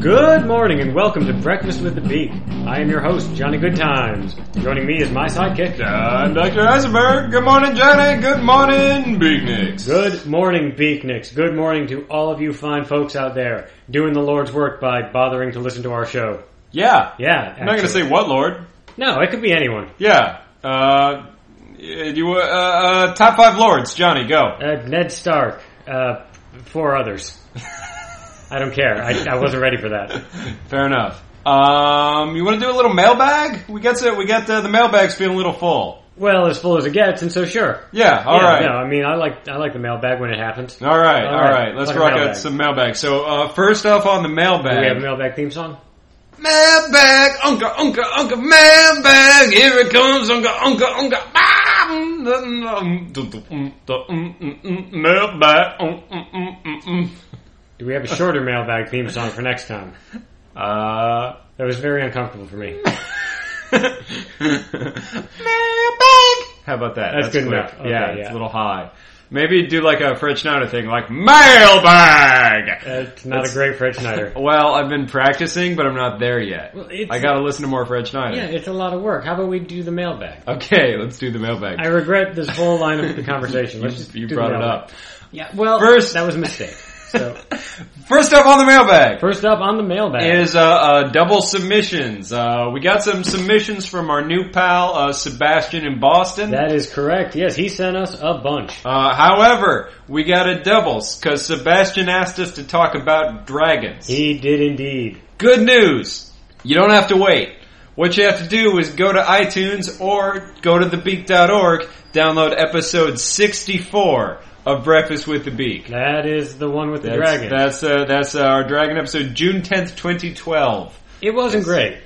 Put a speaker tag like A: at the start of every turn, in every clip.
A: Good morning and welcome to Breakfast with the Beak. I am your host, Johnny Goodtimes. Joining me is my sidekick.
B: I'm Dr. Eisenberg. Good morning, Johnny. Good morning, Beatniks.
A: Good morning, Beaknicks. Good morning to all of you fine folks out there doing the Lord's work by bothering to listen to our show.
B: Yeah.
A: Yeah,
B: I'm not going to say what, Lord.
A: No, it could be anyone.
B: Yeah. Uh, you, uh, uh, top five Lords, Johnny, go.
A: Uh, Ned Stark, uh, four others. I don't care. I, I wasn't ready for that.
B: Fair enough. Um, you want to do a little mailbag? We got to, we got the, the mailbag's feeling a little full.
A: Well, as full as it gets, and so sure.
B: Yeah, All
A: yeah,
B: right.
A: No, I mean, I like I like the mailbag when it happens.
B: All right,
A: All
B: all
A: right.
B: right. Let's
A: Like a
B: rock
A: mailbag.
B: out some mailbag. So, uh, first off on the
A: Do we have a
B: mailbag.
A: mailbag theme song?
B: Mailbag, unka, unka, unka, mailbag. Here it comes, unka, unka, unka. Ah, mm, mm, mm, dum, dum, mm, dum, mm, mm, mm, Mailbag. mm, mm, mm, mm, mm.
A: Do we have a shorter mailbag theme song for next time?
B: Uh,
A: That was very uncomfortable for me.
B: mailbag. How about that?
A: That's good
B: quick.
A: enough. Okay,
B: yeah,
A: yeah.
B: it's a little high. Maybe do like a Fred Schneider thing, like mailbag.
A: It's not
B: That's-
A: a great Fred Schneider.
B: Well, I've been practicing, but I'm not there yet.
A: Well, it's-
B: I gotta listen to more Fred Schneider.
A: Yeah, it's a lot of work. How about we do the mailbag?
B: Okay, let's do the mailbag.
A: I regret this whole line of the conversation.
B: you
A: Let's just do
B: you
A: the
B: brought it
A: mailbag.
B: up.
A: Yeah, well,
B: First-
A: that was a mistake. So,
B: First up on the mailbag
A: first up on the mailbag.
B: is uh, uh, double submissions. Uh, we got some submissions from our new pal uh, Sebastian in Boston.
A: That is correct. Yes, he sent us a bunch.
B: Uh, however, we got a doubles because Sebastian asked us to talk about dragons.
A: He did indeed.
B: Good news! You don't have to wait. What you have to do is go to iTunes or go to thebeak.org, download episode 64 of Breakfast with the Beak.
A: That is the one with the
B: That's,
A: dragon.
B: That's, uh, that's uh, our dragon episode, June 10th, 2012.
A: It wasn't great.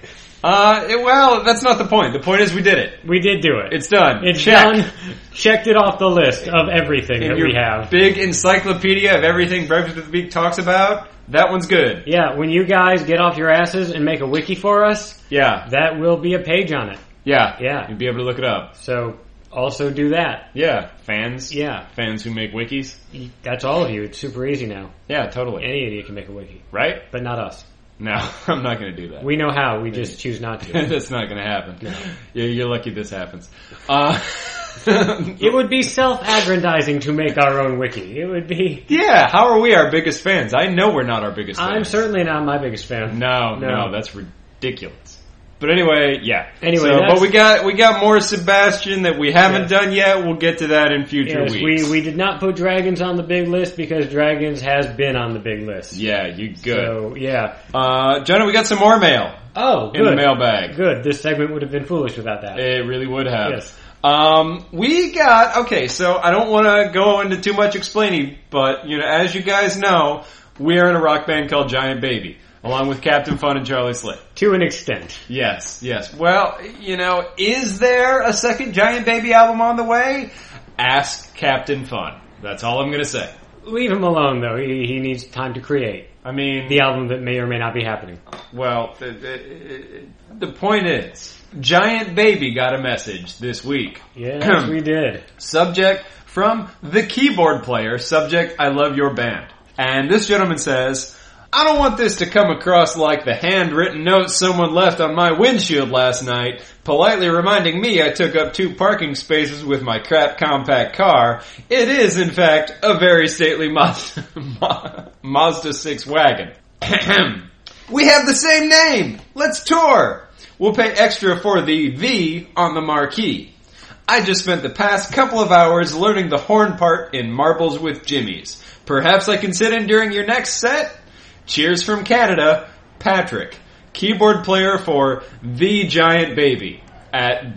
B: Uh, it- well, that's not the point. The point is we did it.
A: We did do it.
B: It's done.
A: It's
B: Check.
A: done. Checked it off the list of everything
B: In
A: that
B: your
A: we have.
B: big encyclopedia of everything Breakfast with the Beak talks about, that one's good.
A: Yeah, when you guys get off your asses and make a wiki for us,
B: Yeah,
A: that will be a page on it.
B: yeah,
A: Yeah.
B: You'd be able to look it up.
A: So also do that.
B: Yeah, fans.
A: Yeah,
B: fans who make wikis.
A: that's all of you. It's super easy now.
B: Yeah, totally.
A: Any idiot can make a wiki,
B: right?
A: but not us.
B: No, I'm not going to do that.
A: We know how. We just choose not to.
B: That's not going to happen. You're, you're lucky this happens. Uh,
A: It would be self-aggrandizing to make our own wiki. It would be.
B: yeah, how are we our biggest fans? I know we're not our biggest fans.
A: I'm certainly not my biggest fan.
B: No,
A: No.
B: no, that's ridiculous. But anyway, yeah.
A: Anyway,
B: So,
A: that's-
B: but we got we got more Sebastian that we haven't
A: Yeah.
B: done yet. We'll get to that in future
A: Yes,
B: weeks.
A: we, we did not put dragons on the big list because dragons has been on the big list.
B: yeah, you good.
A: So yeah.
B: uh, Jonah, we got some more mail
A: Oh,
B: in the
A: good.
B: mailbag.
A: Good. This segment would have been foolish without that.
B: It really would have.
A: Yes.
B: Um, we got okay. So I don't want to go into too much explaining, but you know, as you guys know, we are in a rock band called Giant Baby, along with Captain Fun and Charlie Slick.
A: To an extent.
B: Yes, yes. Well, you know, is there a second Giant Baby album on the way? Ask Captain Fun. That's all I'm going to say.
A: Leave him alone though. He, he needs time to create
B: I mean,
A: the album that may or may not be happening.
B: well, the, the, the point is, Giant Baby got a message this week.
A: Yes, we did.
B: Subject from the keyboard player. Subject, I love your band. And this gentleman says, I don't want this to come across like the handwritten note someone left on my windshield last night, politely reminding me I took up two parking spaces with my crap compact car. It is, in fact, a very stately Mazda, Mazda 6 wagon. we have the same name! Let's tour! We'll pay extra for the V on the marquee. I just spent the past couple of hours learning the horn part in Marbles with Jimmy's. Perhaps I can sit in during your next set? Cheers from Canada, Patrick, keyboard player for The Giant Baby at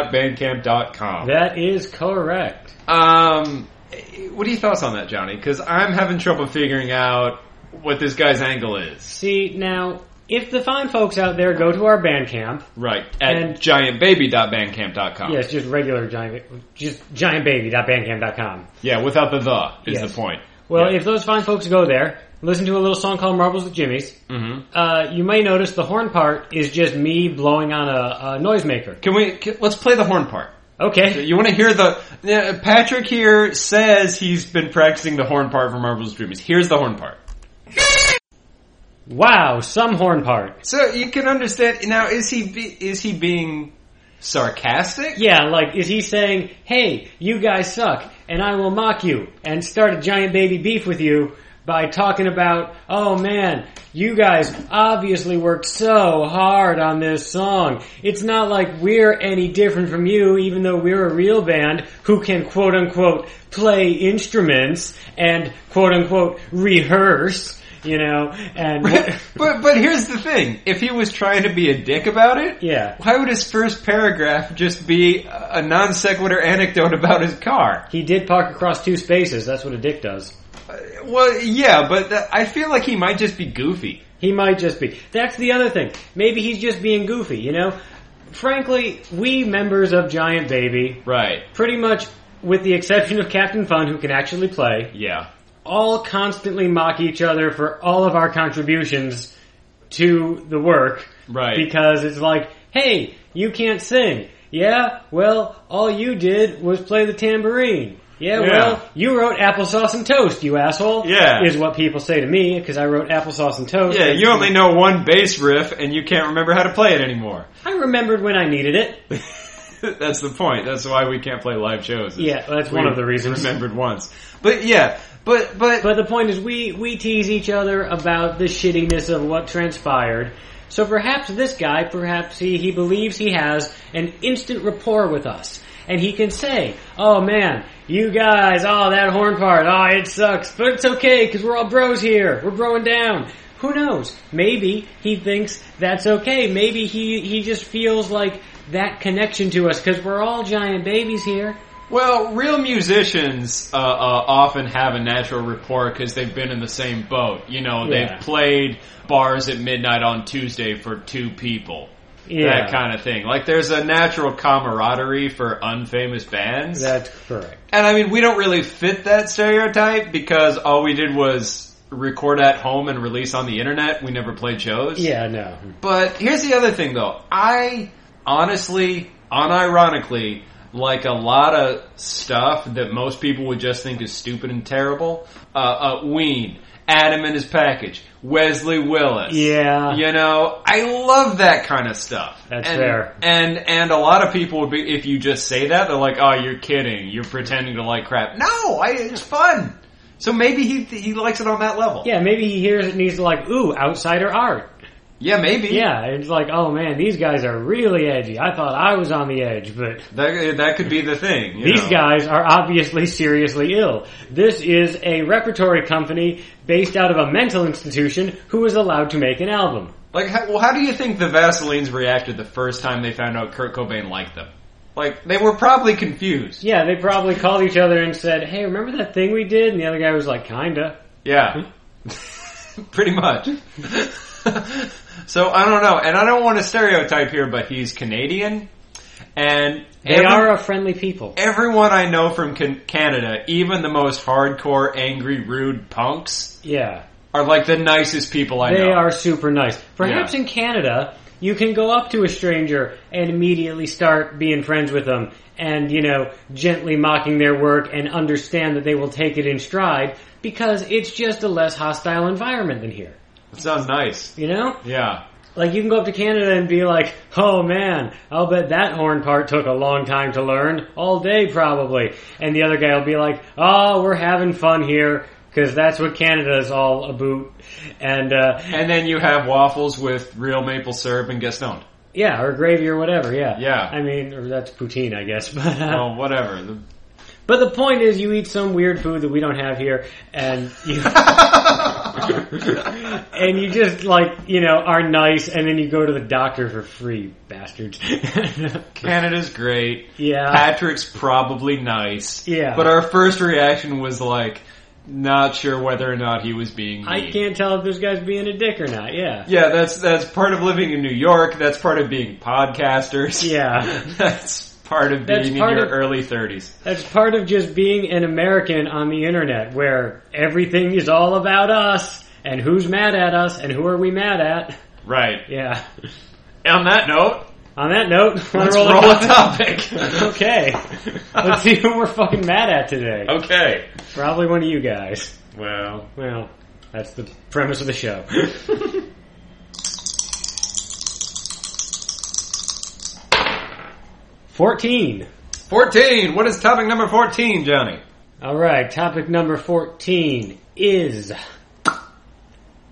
B: thegiantbaby.bandcamp.com.
A: That is correct.
B: Um, what are your thoughts on that, Johnny? Because I'm having trouble figuring out what this guy's angle is.
A: See, now, if the fine folks out there go to our Bandcamp,
B: Right,
A: And-
B: at giantbaby.bandcamp.com.
A: yes, just regular giant, just giantbaby.bandcamp.com.
B: Yeah, without the the is
A: Yes.
B: the point.
A: Well,
B: Yeah.
A: if those fine folks go there, listen to a little song called Marbles with Jimmy's,
B: Mhm.
A: uh, you may notice the horn part is just me blowing on a, a noisemaker.
B: Can we, can, let's play the horn part.
A: Okay.
B: You want to hear the yeah, Patrick here says he's been practicing the horn part for Marvel's Dreamies. Here's the horn part.
A: Wow, some horn part.
B: So you can understand now. Is he be, is he being sarcastic?
A: Yeah, like, is he saying, hey, you guys suck, and I will mock you, and start a giant baby beef with you by talking about, oh man, you guys obviously worked so hard on this song. It's not like we're any different from you, even though we're a real band who can quote unquote play instruments and quote unquote rehearse, you know, and.
B: but but here's the thing: if he was trying to be a dick about it,
A: Yeah.
B: why would his first paragraph just be a non sequitur anecdote about his car? Uh,
A: He did park across two spaces. That's what a dick does.
B: Well, yeah, but that, I feel like he might just be goofy.
A: He might just be. That's the other thing. Maybe he's just being goofy, you know? Frankly, we members of Giant Baby,
B: Right.
A: pretty much with the exception of Captain Fun, who can actually play,
B: Yeah.
A: all constantly mock each other for all of our contributions to the work.
B: Right.
A: Because it's like, hey, you can't sing. Yeah, well, all you did was play the tambourine. Yeah,
B: Yeah.
A: well, you wrote applesauce and toast, you asshole.
B: Yeah.
A: Is what people say to me, because I wrote applesauce and toast.
B: Yeah, you only know one bass riff and you can't remember how to play it anymore.
A: I remembered when I needed it.
B: That's the point. That's why we can't play live shows. is
A: Yeah, that's one
B: we
A: of the reasons.
B: Remembered once. But yeah, but but,
A: But the point is, we, we tease each other about the shittiness of what transpired. So perhaps this guy, perhaps he, he believes he has an instant rapport with us. And he can say, oh man, you guys, oh that horn part, oh it sucks, but it's okay because we're all bros here, we're broing down. Who knows? Maybe he thinks that's okay. Maybe he, he just feels like that connection to us because we're all giant babies here.
B: well, real musicians uh, uh, often have a natural rapport because they've been in the same boat. You know,
A: Yeah.
B: they've played bars at midnight on Tuesday for two people.
A: Yeah,
B: That kind of thing. Like, there's a natural camaraderie for unfamous bands.
A: that's correct.
B: And I mean, we don't really fit that stereotype because all we did was record at home and release on the internet. We never played shows.
A: Yeah, no.
B: But here's the other thing though. I honestly, unironically, like a lot of stuff that most people would just think is stupid and terrible, uh, uh, Ween, Adam and his package, Wesley Willis.
A: Yeah.
B: You know, I love that kind of stuff.
A: That's
B: and,
A: fair.
B: And and a lot of people would be if you just say that they're like, "Oh, you're kidding. You're pretending to like crap." No, I, it's fun. So maybe he he likes it on that level.
A: Yeah, maybe he hears it and he's like, ooh, outsider art.
B: Yeah, maybe.
A: Yeah, it's like, oh man, these guys are really edgy. I thought I was on the edge, but
B: That that could be the thing. you
A: these
B: know.
A: guys are obviously seriously ill. This is a repertory company based out of a mental institution who was allowed to make an album.
B: Like, how, well, how do you think the Vaseline's reacted the first time they found out Kurt Cobain liked them? Like, they were probably confused.
A: Yeah, they probably called each other and said, hey, remember that thing we did? And the other guy was like, kinda.
B: Yeah. Pretty much. so, I don't know. And I don't want to stereotype here, but he's Canadian. And
A: They
B: every-
A: are a friendly people.
B: everyone I know from can- Canada, even the most hardcore, angry, rude punks,
A: Yeah.
B: are like the nicest people I
A: They
B: know.
A: are super nice. Perhaps
B: Yeah.
A: in Canada, you can go up to a stranger and immediately start being friends with them and, you know, gently mocking their work and understand that they will take it in stride because it's just a less hostile environment than here.
B: Sounds nice.
A: You know?
B: Yeah.
A: Like, you can go up to Canada and be like, oh man, I'll bet that horn part took a long time to learn. All day, probably. And the other guy will be like, oh, we're having fun here. Because that's what Canada is all about. And, uh,
B: And then you have waffles with real maple syrup and get stoned.
A: Yeah, or gravy or whatever. Yeah.
B: Yeah.
A: I mean, or that's poutine, I guess. But uh,
B: Oh, whatever. The-
A: but the point is, you eat some weird food that we don't have here, and you and you just like you know are nice, and then you go to the doctor for free, bastards.
B: Canada's great.
A: yeah.
B: Patrick's probably nice.
A: Yeah.
B: But our first reaction was like, not sure whether or not he was being.
A: I
B: mean.
A: can't tell if this guy's being a dick or not. Yeah.
B: Yeah, that's that's part of living in New York. That's part of being podcasters.
A: Yeah.
B: that's part of
A: That's
B: being
A: part
B: in your
A: of-
B: early thirties.
A: That's part of just being an American on the internet, where everything is all about us and who's mad at us and who are we mad at.
B: Right.
A: Yeah.
B: On that note,
A: On that note, wanna
B: let's
A: roll
B: roll,
A: it
B: a
A: up?
B: topic.
A: Okay. Let's
B: Oh.
A: see who we're fucking mad at today.
B: okay.
A: Probably one of you guys.
B: Well,
A: Well, That's the premise of the show. Fourteen.
B: 14. What is topic number 14, Johnny?
A: All right, topic number 14 is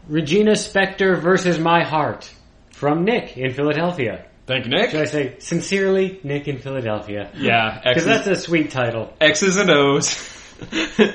A: Regina Spector versus My Heart from Nick in Philadelphia.
B: Thank you, Nick.
A: Should I say, sincerely, Nick in Philadelphia?
B: Yeah,
A: Because
B: X's,
A: that's a sweet title.
B: X's and O's.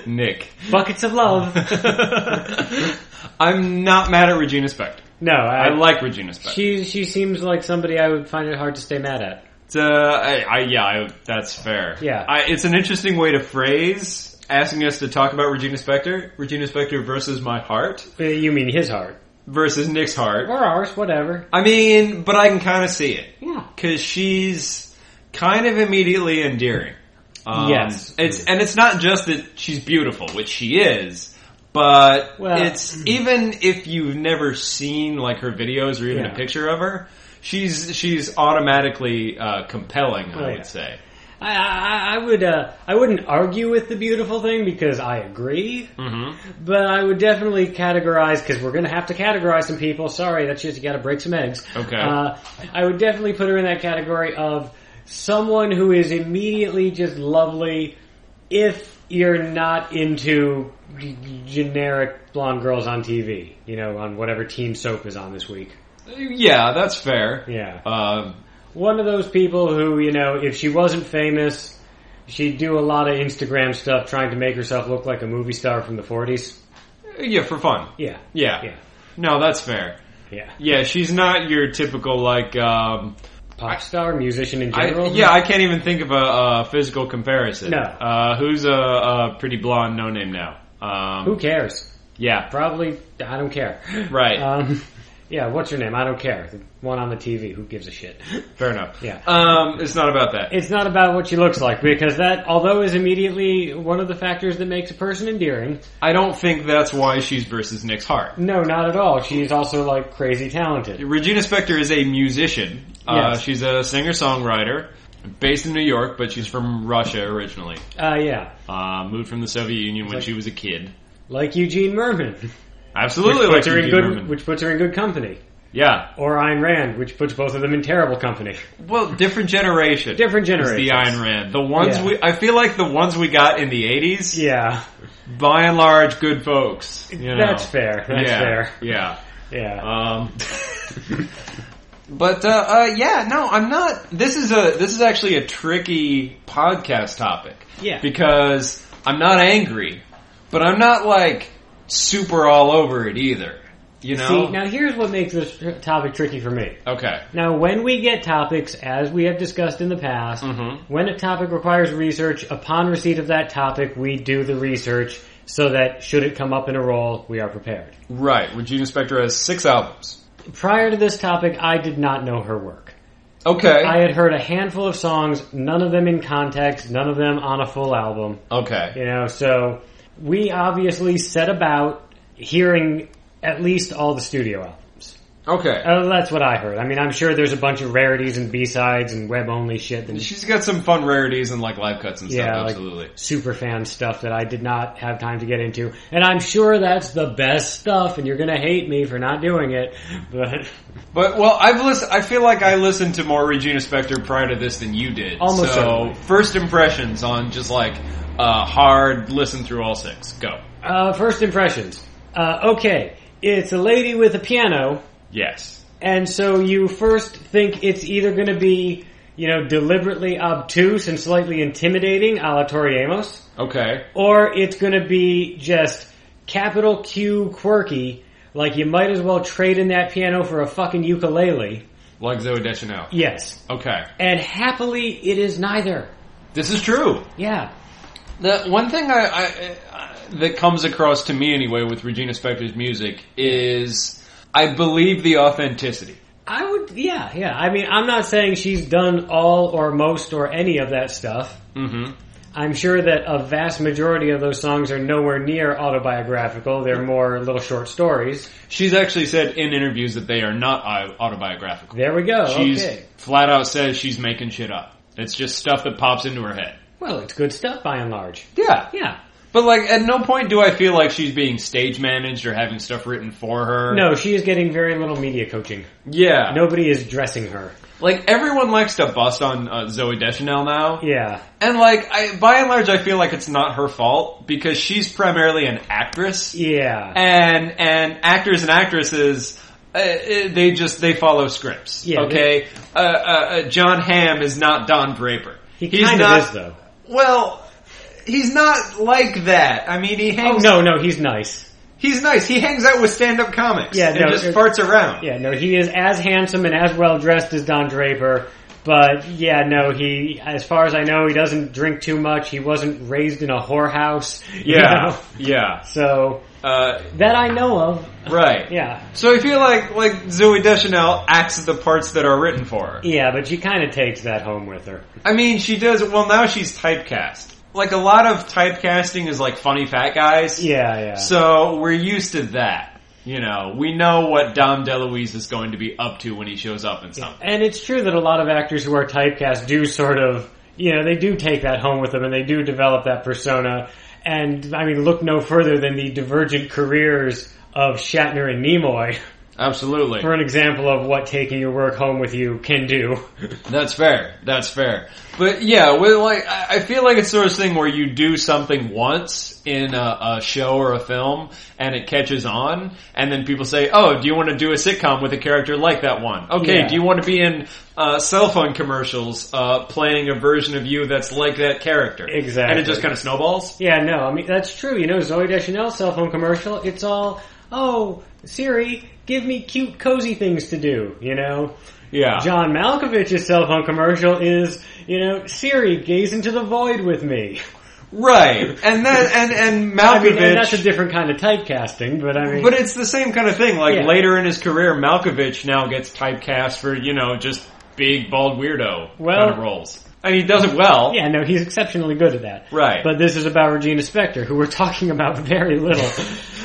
B: Nick.
A: Buckets of Love.
B: I'm not mad at Regina Spector.
A: No, I,
B: I like Regina Spector.
A: she. She seems like somebody I would find it hard to stay mad at.
B: Uh, I, I, yeah, I, that's fair.
A: Yeah.
B: I, it's an interesting way to phrase asking us to talk about Regina Spector. Regina Spector versus my heart
A: Uh, You mean his heart
B: versus Nick's heart.
A: or ours, whatever?
B: I mean, but I can kind of see it.
A: Yeah.
B: because she's kind of immediately endearing. Um,
A: Yes.
B: it's and it's not just that she's beautiful, which she is, but
A: Well- mm.
B: it's even if you've never seen like her videos or even
A: Yeah.
B: a picture of her, she's she's automatically uh, compelling. I
A: Oh,
B: would
A: yeah.
B: say.
A: I, I, I would. Uh, I wouldn't argue with the beautiful thing because I agree.
B: Mm-hmm.
A: But I would definitely categorize because we're going to have to categorize some people. Sorry, that's just you got to break some eggs.
B: Okay.
A: Uh, I would definitely put her in that category of someone who is immediately just lovely. If you're not into g- generic blonde girls on TV, you know, on whatever teen soap is on this week.
B: Yeah, that's fair.
A: Yeah.
B: Um,
A: One of those people who, you know, if she wasn't famous, she'd do a lot of Instagram stuff trying to make herself look like a movie star from the 40s.
B: yeah, for fun.
A: Yeah.
B: Yeah.
A: Yeah.
B: No, that's fair.
A: Yeah.
B: Yeah, she's not your typical like. Um,
A: pop star, musician in
B: I-
A: general.
B: yeah, I can't even think of a, uh physical comparison.
A: No.
B: Uh, who's a, a pretty blonde no name now? Um,
A: Who cares?
B: Yeah.
A: Probably, I don't care.
B: Right.
A: Um, yeah, what's your name? I don't care. The one on the TV, who gives a shit?
B: Fair enough.
A: Yeah.
B: Um, it's not about that.
A: It's not about what she looks like because that, although is immediately one of the factors that makes a person endearing,
B: I don't think that's why she's versus Nick's heart.
A: no, not at all. She's also like crazy talented.
B: Regina Spektor is a musician. Uh,
A: Yes.
B: She's a singer songwriter based in New York, but she's from Russia originally.
A: Uh, yeah,
B: Uh, moved from the Soviet Union when
A: like-
B: she was a kid.
A: like Eugene Merman,
B: Absolutely, like
A: puts her in
B: Eugene
A: good,
B: Merman.
A: which puts her in good company,
B: yeah.
A: or Ayn Rand, which puts both of them in terrible company.
B: Well, different generation.
A: Different
B: It's
A: generations.
B: the Ayn Rand. The ones
A: Yeah.
B: we, I feel like the ones we got in the 80s,
A: Yeah,
B: by and large, good folks. you know.
A: that's fair. That's
B: yeah,
A: fair.
B: Yeah.
A: Yeah.
B: Um, but uh, uh, yeah, no, I'm not. This is a this is actually a tricky podcast topic.
A: Yeah.
B: Because I'm not angry, but I'm not like super all over it either. You know.
A: See, now here's what makes this topic tricky for me.
B: okay.
A: Now, when we get topics, as we have discussed in the past,
B: Mhm.
A: when a topic requires research, upon receipt of that topic, we do the research so that should it come up in a role, we are prepared.
B: Right. Regina Spector has six albums.
A: Prior to this topic, I did not know her work.
B: Okay.
A: I had heard a handful of songs, none of them in context, none of them on a full album.
B: okay.
A: You know, so we obviously set about hearing at least all the studio albums.
B: Okay.
A: Oh, that's what I heard. I mean, I'm sure there's a bunch of rarities and B-sides and web-only shit and
B: She's got some fun rarities and like live cuts and stuff.
A: Yeah, like-
B: absolutely.
A: super fan stuff that I did not have time to get into. And I'm sure that's the best stuff and you're going to hate me for not doing it, but
B: But well, I've listened. I feel like I listened to more Regina Spektor prior to this than you did.
A: Almost
B: so.
A: certainly.
B: First impressions on just like uh, hard listen through all six. Go.
A: uh, first impressions. Uh, okay, it's a lady with a piano
B: Yes.
A: and so you first think it's either going to be, you know, deliberately obtuse and slightly intimidating, a la Tori Amos.
B: Okay.
A: or it's going to be just capital Q quirky. Like you might as well trade in that piano for a fucking ukulele.
B: Like Zoe Deschanel.
A: Yes,
B: Okay.
A: and happily it is neither.
B: This is true.
A: Yeah,
B: The one thing I, I, I that comes across to me anyway with Regina Spektor's music is I believe the authenticity.
A: I would. Yeah, yeah. I mean, I'm not saying she's done all or most or any of that stuff.
B: Mm-hmm.
A: I'm sure that a vast majority of those songs are nowhere near autobiographical. They're more little short stories.
B: She's actually said in interviews that they are not au- autobiographical.
A: There we go.
B: She's
A: okay.
B: flat out says she's making shit up. It's just stuff that pops into her head.
A: Well, it's good stuff by and large.
B: Yeah.
A: Yeah.
B: But like, at no point do I feel like she's being stage managed or having stuff written for her.
A: No, she is getting very little media coaching.
B: Yeah.
A: Nobody is dressing her.
B: Like everyone likes to bust on uh, Zoe Deschanel now,
A: Yeah.
B: and like, I, by and large, I feel like it's not her fault because she's primarily an actress,
A: Yeah.
B: and and actors and actresses. Uh, uh, they just they follow scripts.
A: Yeah,
B: okay, uh, uh, uh, John Hamm is not Don Draper.
A: He
B: He's
A: kind
B: not-
A: of is though.
B: Well, he's not like that. I mean, he
A: Oh
B: hangs.
A: no, no, he's nice.
B: He's nice. He hangs out with stand-up comics.
A: Yeah,
B: and
A: no,
B: just
A: it-
B: farts around.
A: Yeah, no, he is as handsome and as well dressed as Don Draper. But yeah, no, he, as far as I know, he doesn't drink too much. He wasn't raised in a whorehouse. you know?
B: yeah.
A: So
B: Uh,
A: that I know of.
B: right.
A: Yeah.
B: So I feel like like Zoe Deschanel acts the parts that are written for her.
A: Yeah, but she kind of takes that home with her.
B: I mean, she does. Well, now she's typecast. Like a lot of typecasting is like funny fat guys.
A: Yeah, yeah.
B: So we're used to that. You know, we know what Dom DeLuise is going to be up to when he shows up in something.
A: And it's true that a lot of actors who are typecast do sort of, you know, they do take that home with them and they do develop that persona. And I mean, look no further than the divergent careers of Shatner and Nimoy
B: Absolutely.
A: for an example of what taking your work home with you can do.
B: That's fair. That's fair. But yeah, with like I I feel like it's sort of thing where you do something once in a, a show or a film, and it catches on, and then people say, "Oh, do you want to do a sitcom with a character like that one?" Okay,
A: Yeah.
B: do you want to be in uh, cell phone commercials, uh, playing a version of you that's like that character? And
A: Exactly.
B: it just kind of snowballs.
A: Yeah, no, I mean, that's true. You know, Zoe Deschanel's cell phone commercial, it's all, oh, Siri, give me cute, cozy things to do, you know?
B: Yeah.
A: John Malkovich's cell phone commercial is, you know, Siri, gaze into the void with me.
B: Right. And that and and Malkovich.
A: I mean, and that's a different kind of typecasting, but I mean,
B: But it's the same kind of thing. Like
A: Yeah.
B: later in his career, Malkovich now gets typecast for you know just big bald weirdo
A: Well-
B: kind of roles, and he does it well.
A: yeah, no, he's exceptionally good at that.
B: Right.
A: But this is about Regina Spektor, who we're talking about very little.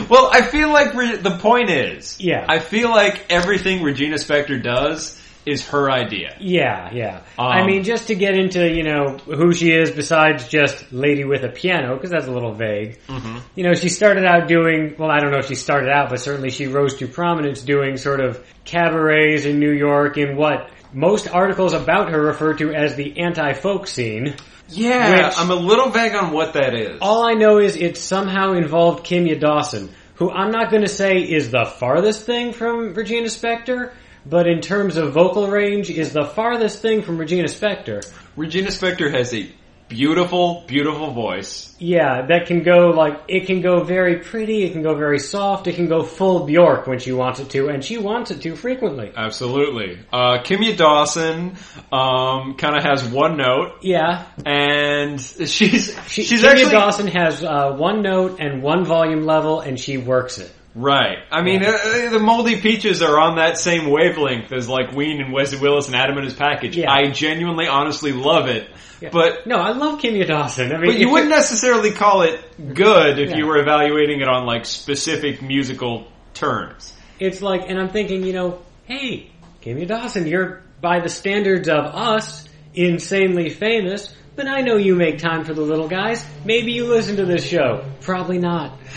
B: Well, I feel like re- the point is,
A: Yeah.
B: I feel like everything Regina Spektor does is her idea.
A: yeah, yeah.
B: Um,
A: I mean, just to get into you know who she is besides just lady with a piano, because that's a little vague. Mm-hmm. You know, she started out doing well. I don't know if she started out, but certainly she rose to prominence doing sort of cabarets in New York in what most articles about her refer to as the anti-folk scene.
B: Yeah,
A: Which-
B: I'm a little vague on what that is.
A: All I know is it somehow involved Kimya Dawson, who I'm not going to say is the farthest thing from Regina Spektor, but in terms of vocal range, is the farthest thing from Regina Spektor.
B: Regina Spektor has a beautiful, beautiful voice.
A: Yeah, that can go like it can go very pretty, it can go very soft, it can go full Bjork when she wants it to, and she wants it to frequently.
B: Absolutely. Uh, Kimya Dawson um, kind of has one note.
A: Yeah,
B: and she's
A: she,
B: she's
A: Kimya
B: actually
A: Dawson has uh, one note and one volume level, and she works it.
B: right. I mean, uh, uh, the Moldy Peaches are on that same wavelength as like Ween and Wesley Willis and Adam and his package.
A: Yeah.
B: I genuinely, honestly love it,
A: Yeah.
B: but.
A: no, I love Kimya Dawson. I mean,
B: But you
A: if-
B: wouldn't necessarily call it good if
A: Yeah.
B: you were evaluating it on like specific musical terms.
A: it's like, and I'm thinking, you know, hey, Kimmy Dawson, you're by the standards of us, insanely famous, but I know you make time for the little guys. Maybe you listen to this show. Probably not.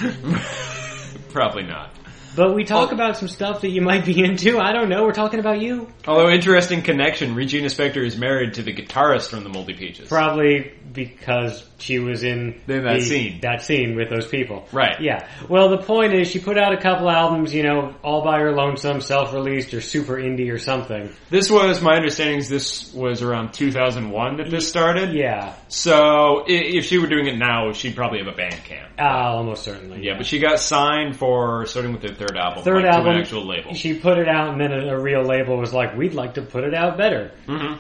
B: Probably not.
A: But we talk
B: Oh.
A: about some stuff that you might be into. I don't know. We're talking about you.
B: Although interesting connection, Regina Spektor is married to the guitarist from the Moldy Peaches.
A: Probably because she was in,
B: In that scene.
A: That scene with those people.
B: Right.
A: Yeah. Well, the point is, she put out a couple albums, you know, all by her lonesome, self-released, or super indie or something.
B: This was my understanding is this was around 2001 that this started.
A: Yeah.
B: So i- if she were doing it now, she'd probably have a band camp.
A: Uh, almost certainly.
B: Yeah, but she got signed for starting with their third album,
A: third
B: like,
A: album,
B: to an actual label.
A: She put it out, and then a, a real label was like, "We'd like to put it out better."
B: Mhm.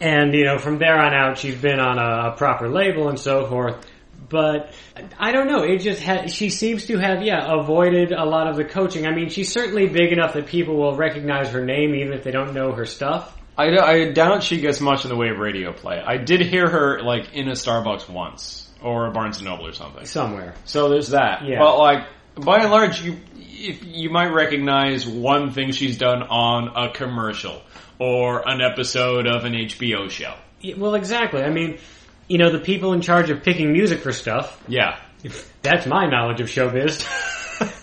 A: And you know, from there on out, she's been on a, a proper label and so forth. But I don't know. It just ha- she seems to have yeah avoided a lot of the coaching. I mean, she's certainly big enough that people will recognize her name even if they don't know her stuff.
B: I, d- I doubt she gets much in the way of radio play. I did hear her like in a Starbucks once or a Barnes and Noble or something.
A: Somewhere,
B: So there's that.
A: Yeah.
B: But like by and large, you if you might recognize one thing she's done on a commercial or an episode of an HBO show.
A: Y- well, exactly. I mean, you know, the people in charge of picking music for stuff
B: Yeah.
A: That's my knowledge of showbiz.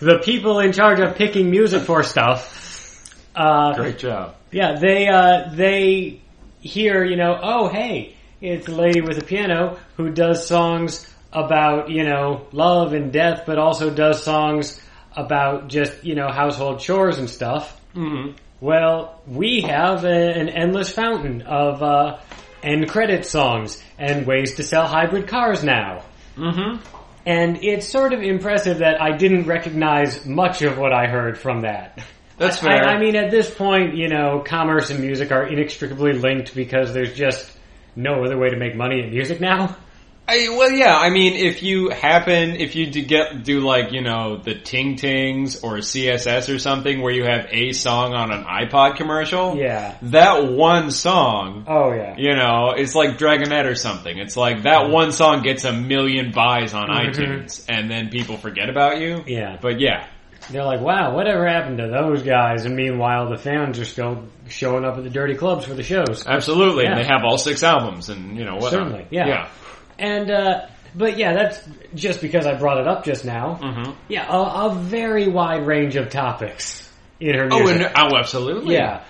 A: the people in charge of picking music for stuff. Uh,
B: Great job.
A: yeah, they uh, they hear, you know, oh hey, it's a lady with a piano who does songs about you know love and death, but also does songs about just you know household chores and stuff.
B: Mm-hmm.
A: Well, we have a, an endless fountain of uh, end credit songs and ways to sell hybrid cars now.
B: Mm-hmm.
A: And it's sort of impressive that I didn't recognize much of what I heard from that.
B: That's
A: I,
B: fair.
A: I mean, at this point, you know, commerce and music are inextricably linked because there's just no other way to make money in music now.
B: I, well, yeah. I mean, if you happen, if you do get do like you know the Ting Tings or CSS or something, where you have a song on an iPod commercial,
A: Yeah.
B: that one song,
A: Oh, yeah.
B: you know, it's like Dragonette or something. It's like that
A: Mm-hmm.
B: one song gets a million buys on
A: Mhm.
B: iTunes, and then people forget about you.
A: Yeah.
B: But yeah,
A: They're like, wow, whatever happened to those guys? And meanwhile, the fans are still showing up at the dirty clubs for the shows.
B: absolutely. And
A: Yeah.
B: they have all six albums, and you know what?
A: Certainly, yeah. And, uh, but yeah, that's just because I brought it up just now.
B: hmm
A: Yeah, a, a very wide range of topics in her music.
B: Oh, and, oh, absolutely.
A: Yeah.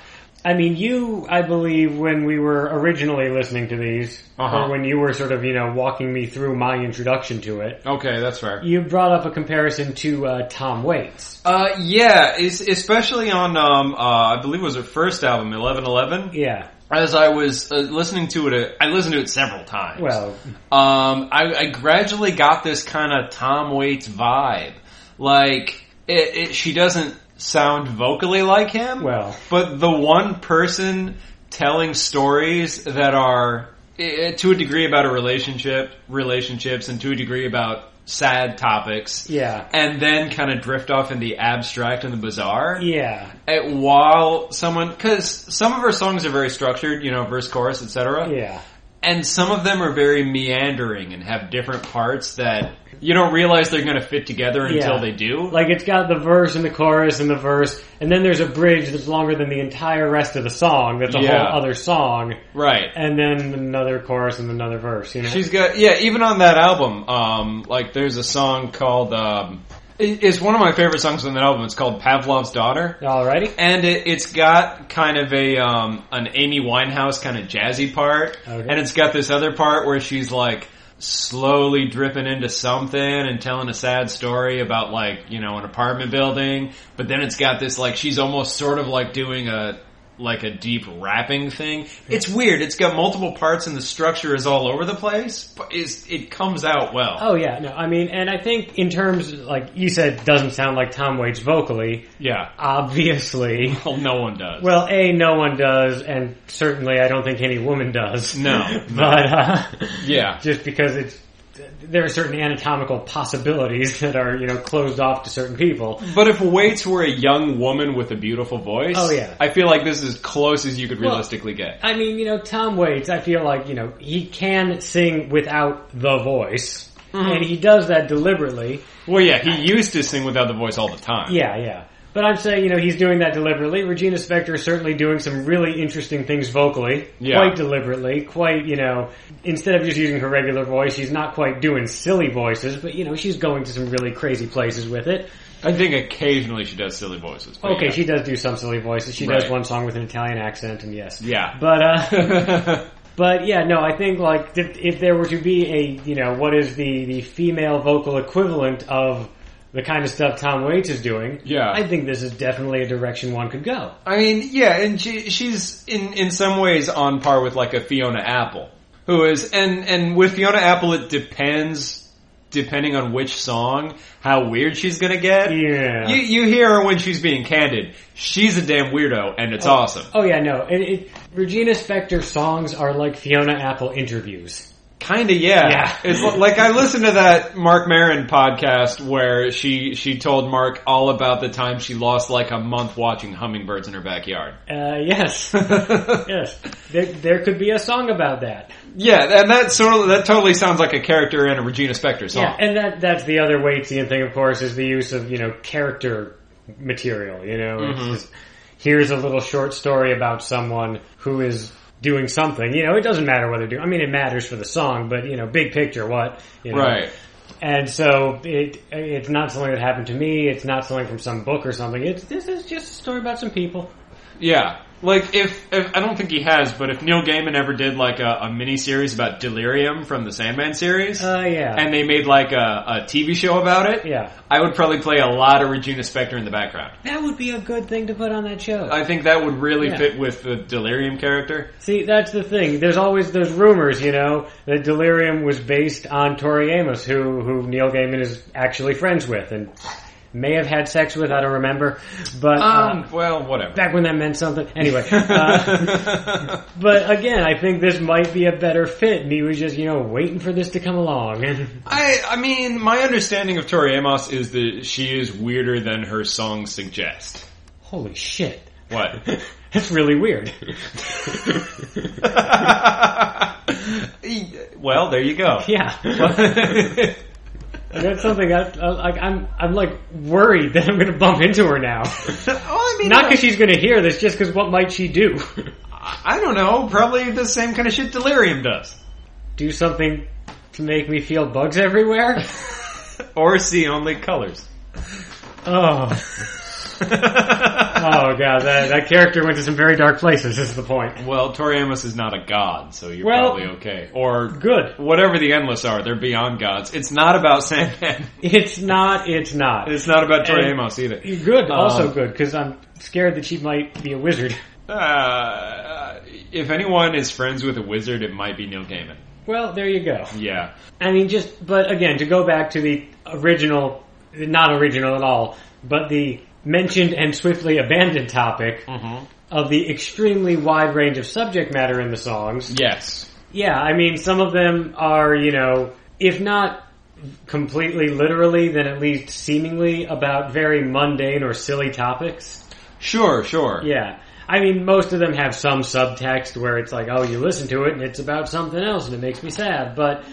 A: I mean, you, I believe, when we were originally listening to these,
B: Uh-huh.
A: or when you were sort of, you know, walking me through my introduction to it,
B: Okay, that's fair.
A: you brought up a comparison to uh, Tom Waits.
B: Uh, yeah, es- especially on, um, uh, I believe it was her first album, 1111.
A: Yeah.
B: As I was uh, listening to it, uh, I listened to it several times.
A: Well,
B: um, I, I gradually got this kind of Tom Waits vibe. Like, it, it, she doesn't sound vocally like him.
A: Well.
B: But the one person telling stories that are, eh, to a degree about a relationship, relationships, and to a degree about sad topics
A: yeah.
B: and then kind of drift off in the abstract and the bizarre.
A: Yeah.
B: Eh, while someone, because some of her songs are very structured, you know, verse, chorus, etc.
A: Yeah.
B: And some of them are very meandering and have different parts that you don't realize they're going to fit together until
A: Yeah.
B: they do.
A: Like, it's got the verse and the chorus and the verse, and then there's a bridge that's longer than the entire rest of the song, that's a
B: Yeah.
A: whole other song,
B: right.
A: and then another chorus and another verse, you know?
B: She's got yeah. Even on that album, um, like there's a song called. Um, it- it's one of my favorite songs on that album. It's called Pavlov's Daughter.
A: Alrighty.
B: and it, it's got kind of a um, an Amy Winehouse kind of jazzy part,
A: Okay.
B: and it's got this other part where she's like slowly dripping into something and telling a sad story about like you know an apartment building, but then it's got this like she's almost sort of like doing a like a deep rapping thing. It's weird. It's got multiple parts and the structure is all over the place, but is it comes out well.
A: Oh yeah, no, I mean, and I think in terms like you said, doesn't sound like Tom Waits vocally.
B: Yeah.
A: Obviously,
B: Well, no one does.
A: well, a no one does, and certainly I don't think any woman does.
B: no.
A: but uh,
B: Yeah.
A: just because it's there are certain anatomical possibilities that are you know closed off to certain people.
B: But if Waits were a young woman with a beautiful voice,
A: Oh, yeah.
B: I feel like this is as close as you could
A: Well-
B: realistically get.
A: I mean, you know, Tom Waits. I feel like you know he can sing without the voice,
B: Mm-hmm.
A: and he does that deliberately.
B: Well, yeah, he used to sing without the voice all the time.
A: Yeah, yeah. But I'm saying, you know, he's doing that deliberately. Regina Spektor is certainly doing some really interesting things vocally,
B: Yeah.
A: quite deliberately, quite, you know, instead of just using her regular voice, she's not quite doing silly voices, but, you know, she's going to some really crazy places with it.
B: I think occasionally she does silly voices. but
A: Okay,
B: Oh, yeah.
A: she does do some silly voices. She does
B: Right.
A: one song with an Italian accent, and yes.
B: Yeah.
A: But, uh, but yeah, no, I think, like, if, if there were to be a, you know, what is the, the female vocal equivalent of the kind of stuff Tom Waits is doing,
B: Yeah.
A: I think this is definitely a direction one could go.
B: I mean, yeah, and she she's in in some ways on par with like a Fiona Apple, who is and and with Fiona Apple it depends depending on which song how weird she's gonna get.
A: Yeah.
B: You you hear her when she's being candid. She's a damn weirdo, and it's awesome.
A: Oh yeah, no. It, it, Regina Spektor songs are like Fiona Apple interviews.
B: Kinda, yeah.
A: Yeah.
B: It's li- like I listened to that Mark Marin podcast where she she told Mark all about the time she lost like a month watching hummingbirds in her backyard.
A: Uh, yes, yes. There, there could be a song about that.
B: yeah, and that sort of that totally sounds like a character in a Regina Spektor song.
A: Yeah, and that that's the other Waitsian thing, of course, is the use of you know character material. You know, it's just, here's a little short story about someone who is doing something. You know, it doesn't matter whether do. I mean, it matters for the song, but you know, big picture, what you know,
B: Right.
A: And so it it's not something that happened to me. It's not something from some book or something. It's this is just a story about some people.
B: Yeah. Like if, if I don't think he has, but if Neil Gaiman ever did like a, a mini series about delirium from the Sandman series,
A: Uh, yeah,
B: and they made like a, a TV show about it,
A: yeah.
B: I would probably play a lot of Regina Spektor in the background.
A: That would be a good thing to put on that show.
B: I think that would really
A: Yeah.
B: fit with the delirium character.
A: See, that's the thing. There's always those rumors, you know, that Delirium was based on Tori Amos, who who Neil Gaiman is actually friends with and may have had sex with. I don't remember, but
B: Um,
A: uh,
B: well, whatever.
A: back when that meant something. Anyway, uh, but again, I think this might be a better fit. And he was just, you know, waiting for this to come along.
B: I I mean, my understanding of Tori Amos is that she is weirder than her songs suggest.
A: Holy shit,
B: What?
A: that's really weird.
B: well, there you go.
A: Yeah. That's something I, I, like, I'm, I'm like worried that I'm going to bump into her now.
B: Oh, I mean,
A: Not because she's going to hear this, just because what might she do?
B: I don't know. Probably the same kind of shit Delirium does,
A: do something to make me feel bugs everywhere?
B: or see only colors.
A: Oh, oh god, that, that character went to some very dark places. Is the point?
B: Well, Tori Amos is not a god, so you're
A: Well-
B: probably okay. Or
A: Good.
B: whatever the endless are, they're beyond gods. It's not about Sandman.
A: It's not. It's not.
B: It's not about Tori
A: And-
B: Amos either.
A: Good. also
B: Um,
A: good because I'm scared that she might be a wizard.
B: Uh, if anyone is friends with a wizard, it might be Neil Gaiman.
A: Well, there you go.
B: Yeah.
A: I mean, just but again, to go back to the original, not original at all, but the mentioned and swiftly abandoned topic of the extremely wide range of subject matter in the songs.
B: Yes.
A: Yeah, I mean, some of them are, you know, if not completely literally, then at least seemingly about very mundane or silly topics.
B: Sure, sure.
A: Yeah. I mean, most of them have some subtext where it's like, oh, you listen to it and it's about something else and it makes me sad, but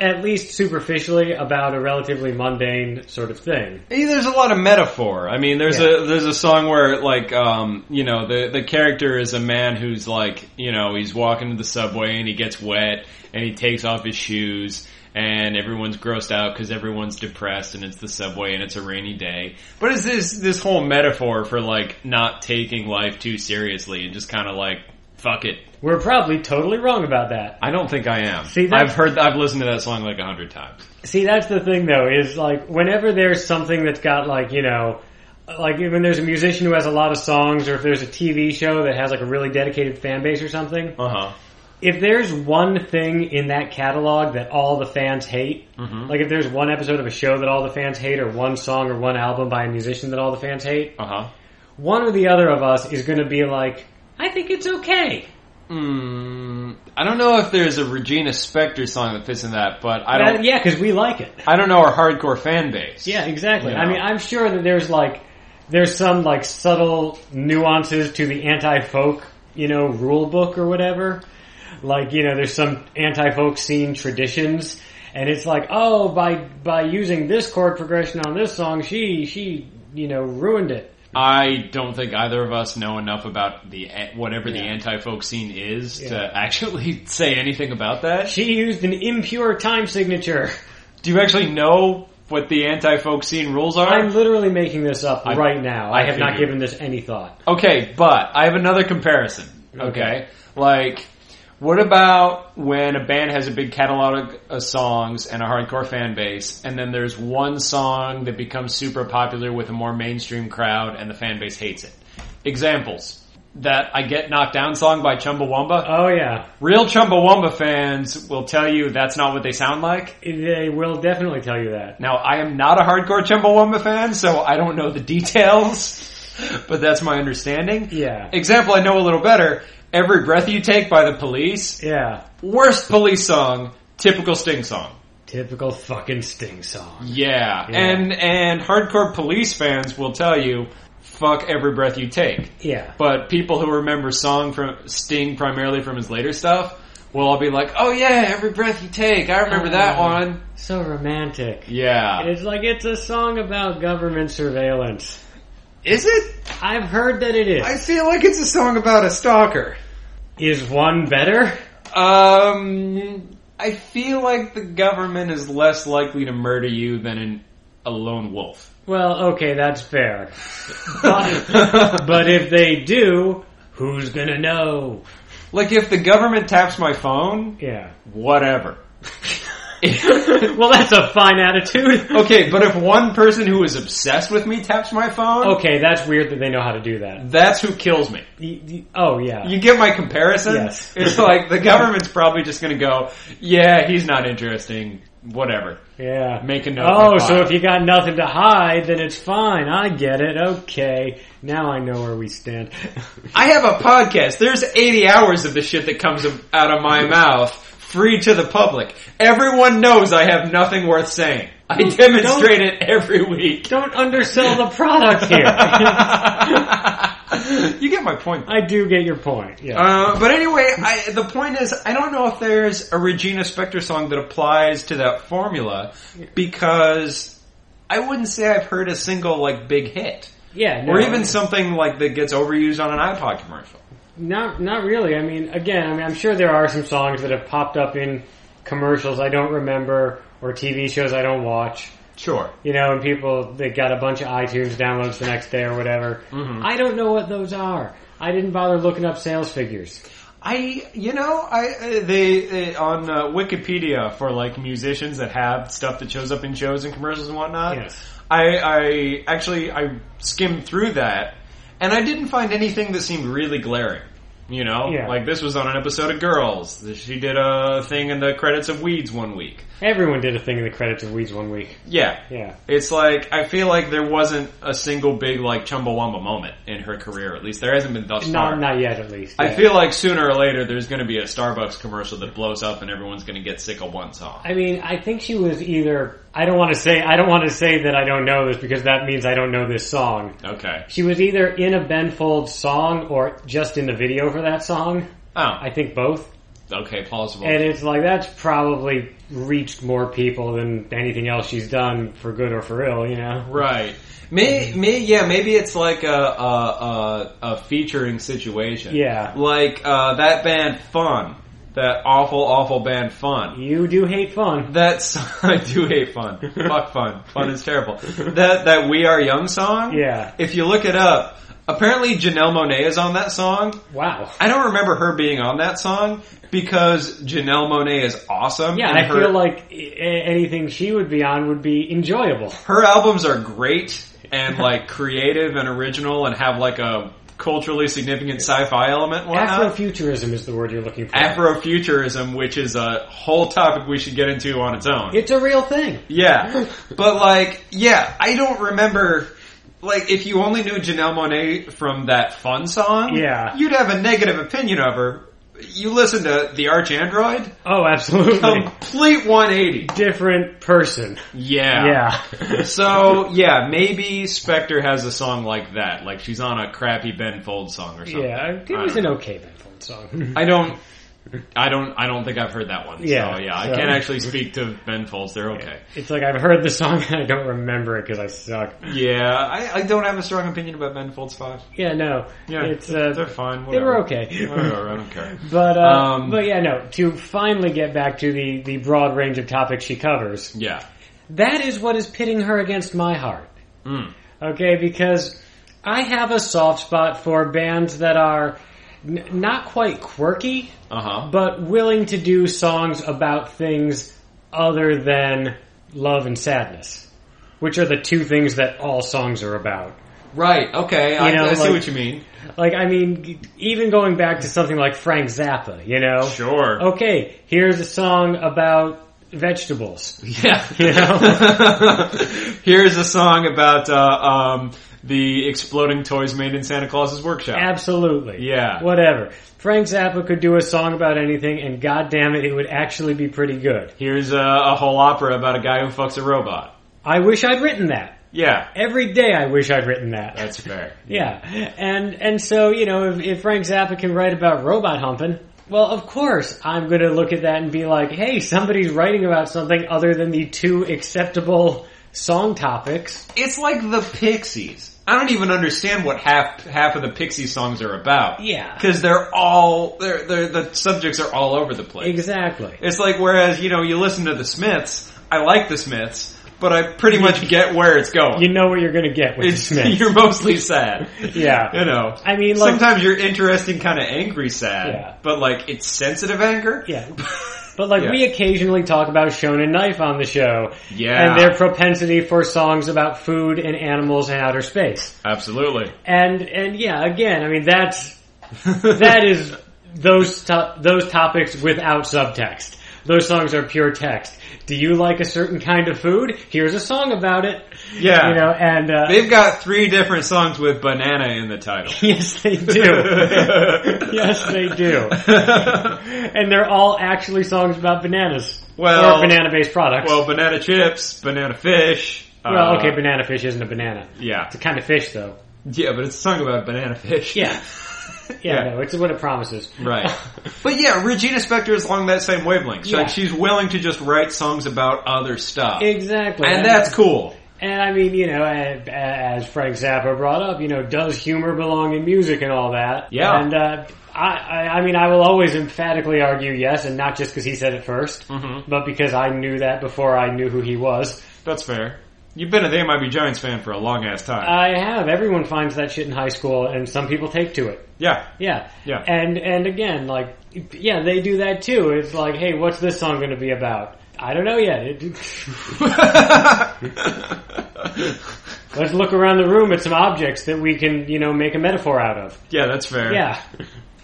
A: at least superficially about a relatively mundane sort of thing.
B: Hey, Eh, There's a lot of metaphor. I mean, there's
A: Yeah.
B: a there's a song where like um you know the the character is a man who's like you know he's walking to the subway and he gets wet and he takes off his shoes and everyone's grossed out because everyone's depressed and it's the subway and it's a rainy day. But it's this this whole metaphor for like not taking life too seriously and just kind of like fuck it.
A: We're probably totally wrong about that.
B: I don't think I am.
A: See, that's-
B: I've heard I've listened to that song like a hundred times.
A: See, that's the thing though, is like whenever there's something that's got like, you know, like when there's a musician who has a lot of songs or if there's a TV show that has like a really dedicated fan base or something,
B: Uh huh.
A: if there's one thing in that catalog that all the fans hate,
B: Mm-hmm.
A: like if there's one episode of a show that all the fans hate or one song or one album by a musician that all the fans hate,
B: Uh huh.
A: one or the other of us is going to be like, I think it's okay.
B: Mm, I don't know if there's a Regina Spektor song that fits in that, but
A: Yeah,
B: I don't.
A: 'cause yeah, because we like it.
B: I don't know our hardcore fan base.
A: Yeah, exactly.
B: You
A: I
B: know.
A: mean, I'm sure that there's like there's some like subtle nuances to the anti-folk, you know, rule book or whatever. Like, you know, there's some anti-folk scene traditions and it's like, "Oh, by by using this chord progression on this song, she she, you know, ruined it."
B: I don't think either of us know enough about the whatever the
A: Yeah.
B: anti-folk scene is
A: Yeah.
B: to actually say anything about that.
A: She used an impure time signature.
B: Do you actually know what the anti-folk scene rules are?
A: I'm literally making this up
B: I-
A: right now. I,
B: I
A: have not
B: figured.
A: given this any thought.
B: Okay, but I have another comparison. Okay.
A: Okay.
B: Like, what about when a band has a big catalog of songs and a hardcore fan base, and then there's one song that becomes super popular with a more mainstream crowd and the fan base hates it? Examples. That I Get Knocked Down song by Chumbawamba.
A: Oh yeah.
B: Real Chumbawamba fans will tell you that's not what they sound like.
A: They will definitely tell you that.
B: Now, I am not a hardcore Chumbawamba fan, so I don't know the details, but that's my understanding.
A: Yeah.
B: Example I know a little better. Every breath you take by the police.
A: Yeah.
B: Worst police song. Typical Sting song.
A: Typical fucking Sting song.
B: Yeah.
A: Yeah.
B: And and hardcore police fans will tell you, fuck every breath you take.
A: Yeah.
B: But people who remember song from Sting primarily from his later stuff will all be like, oh yeah, every breath you take. I remember that
A: Oh.
B: one.
A: So romantic.
B: Yeah.
A: It's like it's a song about government surveillance.
B: Is it?
A: I've heard that it is.
B: feel like it's a song about a stalker.
A: Is one better?
B: Um, I feel like the government is less likely to murder you than an, a lone wolf.
A: Well, okay, that's fair. But, but if they do, who's gonna know?
B: Like if the government taps my phone,
A: Yeah.
B: whatever.
A: well, that's a fine attitude.
B: Okay, but if one person who is obsessed with me taps my phone,
A: Okay, that's weird that they know how to do that.
B: that's who kills me.
A: Y- y- Oh, yeah.
B: You get my comparison?
A: Yes.
B: It's like the government's probably just going to go, yeah, he's not interesting, whatever.
A: Yeah.
B: Make a note.
A: Oh,
B: in the
A: so
B: file.
A: if you got nothing to hide, then it's fine. I get it. Okay. Now I know where we stand.
B: I have a podcast. There's 80 hours of the shit that comes out of my mouth, free to the public. Everyone knows I have nothing worth saying. I demonstrate it every week.
A: Don't undersell the product here.
B: you get my point.
A: I do get your point. Yeah.
B: Uh, but anyway, I, the point is, I don't know if there's a Regina Spektor song that applies to that formula because I wouldn't say I've heard a single like big hit
A: yeah.
B: or
A: no.
B: even something like that gets overused on an iPod commercial.
A: Not, not really. I mean, again, I mean, I'm sure there are some songs that have popped up in commercials I don't remember or TV shows I don't watch.
B: Sure.
A: You know, and people they got a bunch of iTunes downloads the next day or whatever.
B: Mm-hmm.
A: I don't know what those are. I didn't bother looking up sales figures.
B: I, you know, I uh, they, they on uh, Wikipedia for like musicians that have stuff that shows up in shows and commercials and whatnot.
A: Yes.
B: I, I actually I skimmed through that, and I didn't find anything that seemed really glaring. You know,
A: Yeah.
B: like this was on an episode of Girls. She did a thing in the credits of Weeds one week.
A: Everyone did a thing in the credits of Weeds one week.
B: Yeah,
A: Yeah.
B: it's like I feel like there wasn't a single big like Chumbawamba moment in her career. At least there hasn't been thus far.
A: Not not yet at least.
B: I
A: yeah.
B: feel like sooner or later there's going to be a Starbucks commercial that blows up and everyone's going to get sick of one song.
A: I mean, I think she was either I don't want to say I don't want to say that I don't know this because that means I don't know this song.
B: Okay.
A: She was either in a Ben Folds song or just in the video for that song.
B: Oh,
A: I think both.
B: okay, plausible.
A: And it's like that's probably reached more people than anything else she's done for good or for ill, you know.
B: Right. May, may, yeah, maybe it's like a, a, a, a featuring situation.
A: Yeah.
B: Like uh, that band Fun. That awful, awful band Fun.
A: You do hate fun.
B: That's I do hate fun. Fuck fun. Fun is terrible. That that We Are Young song.
A: Yeah.
B: If you look it up, apparently Janelle Monet is on that song.
A: Wow.
B: I don't remember her being on that song because Janelle Monet is awesome.
A: Yeah,
B: and
A: I
B: her,
A: feel like a- anything she would be on would be enjoyable.
B: her albums are great and like creative and original and have like a culturally significant sci-fi element. and Whatnot.
A: Afrofuturism is the word you're looking for.
B: Afrofuturism, which is a whole topic we should get into on its own.
A: it's a real thing.
B: Yeah. But like, yeah, I don't remember like if you only knew Janelle Monet from that fun song,
A: Yeah.
B: you'd have a negative opinion of her. You listen to The Arch Android,
A: Oh, absolutely.
B: complete 180.
A: Different person.
B: Yeah.
A: Yeah.
B: So, yeah, maybe Spectre has a song like that. Like she's on a crappy Ben Folds song or something.
A: yeah, it
B: I
A: was an
B: don't know.
A: okay Ben Folds song.
B: I don't I don't I don't think I've heard that one.
A: Yeah,
B: So, yeah, I
A: so-
B: can't actually speak to Ben Folds. They're okay.
A: It's like I've heard the song and I don't remember it because I suck.
B: Yeah, I, I don't have a strong opinion about Ben Folds 5.
A: Yeah, no.
B: Yeah,
A: it's uh,
B: they're fine.
A: they were
B: whatever.
A: okay.
B: Whatever, I don't care.
A: But uh,
B: Um,
A: but yeah, no. To finally get back to the the broad range of topics she covers,
B: Yeah.
A: that is what is pitting her against my heart.
B: Mm.
A: Okay, because I have a soft spot for bands that are n- not quite quirky,
B: Uh huh.
A: but willing to do songs about things other than love and sadness, which are the two things that all songs are about.
B: Right. Okay. I,
A: You know,
B: I see
A: like-
B: what you mean.
A: Like, I mean, g- even going back to something like Frank Zappa, you know?
B: Sure.
A: okay, here's a song about vegetables.
B: Yeah.
A: You know?
B: Here's a song about uh, um, the exploding toys made in Santa Claus's workshop.
A: Absolutely.
B: Yeah.
A: Whatever. Frank Zappa could do a song about anything, and goddamn it, it would actually be pretty good.
B: Here's a, a whole opera about a guy who fucks a robot.
A: I wish I'd written that.
B: Yeah.
A: Every day I wish I'd written that.
B: That's fair.
A: yeah. And and so, you know, if, if Frank Zappa can write about robot humping, well, of course I'm going to look at that and be like, hey, somebody's writing about something other than the two acceptable song topics.
B: It's like the Pixies. I don't even understand what half half of the Pixie songs are about.
A: Yeah.
B: because they're all they're, they're the subjects are all over the place.
A: Exactly.
B: It's like whereas you know you listen to the Smiths, I like the Smiths, but I pretty much get where it's going.
A: You know what you're going to get with
B: it's
A: Smith.
B: you're mostly sad.
A: Yeah.
B: you know.
A: I mean, like-
B: sometimes you're interesting, kind of angry, sad,
A: Yeah.
B: but like it's sensitive anger.
A: Yeah. But like
B: Yeah.
A: we occasionally talk about Shonen Knife on the show,
B: Yeah.
A: and their propensity for songs about food and animals and outer space,
B: Absolutely.
A: and and yeah, again, I mean that's that is those to- those topics without subtext. Those songs are pure text. Do you like a certain kind of food? Here's a song about it.
B: Yeah.
A: you know, and uh,
B: They've got three different songs with banana in the title.
A: yes, they do. yes, they do. And they're all actually songs about bananas
B: Well-
A: or banana-based products.
B: well, banana chips, banana fish.
A: Well,
B: uh,
A: okay, banana fish isn't a banana.
B: Yeah.
A: It's a kind of fish, though.
B: Yeah, but it's a song about banana fish.
A: Yeah. Yeah,
B: Yeah.
A: no, it's what it promises.
B: Right. but yeah, Regina Spektor is along that same wavelength. She-
A: Yeah.
B: Like she's willing to just write songs about other stuff.
A: exactly.
B: and that's cool.
A: and I mean, you know, a- as Frank Zappa brought up, you know, does humor belong in music and all that?
B: Yeah.
A: And uh, I, I, I mean, I will always emphatically argue yes, and not just because he said it 1st
B: Mhm.
A: but because I knew that before I knew who he was.
B: That's fair. You've been a They Might Be Giants fan for a long ass time.
A: I have. Everyone finds that shit in high school, and some people take to it.
B: yeah.
A: Yeah.
B: Yeah.
A: And and again, like, yeah, they do that too. It's like, hey, what's this song going to be about? I don't know yet. It, let's look around the room at some objects that we can, you know, make a metaphor out of.
B: yeah, that's fair.
A: Yeah.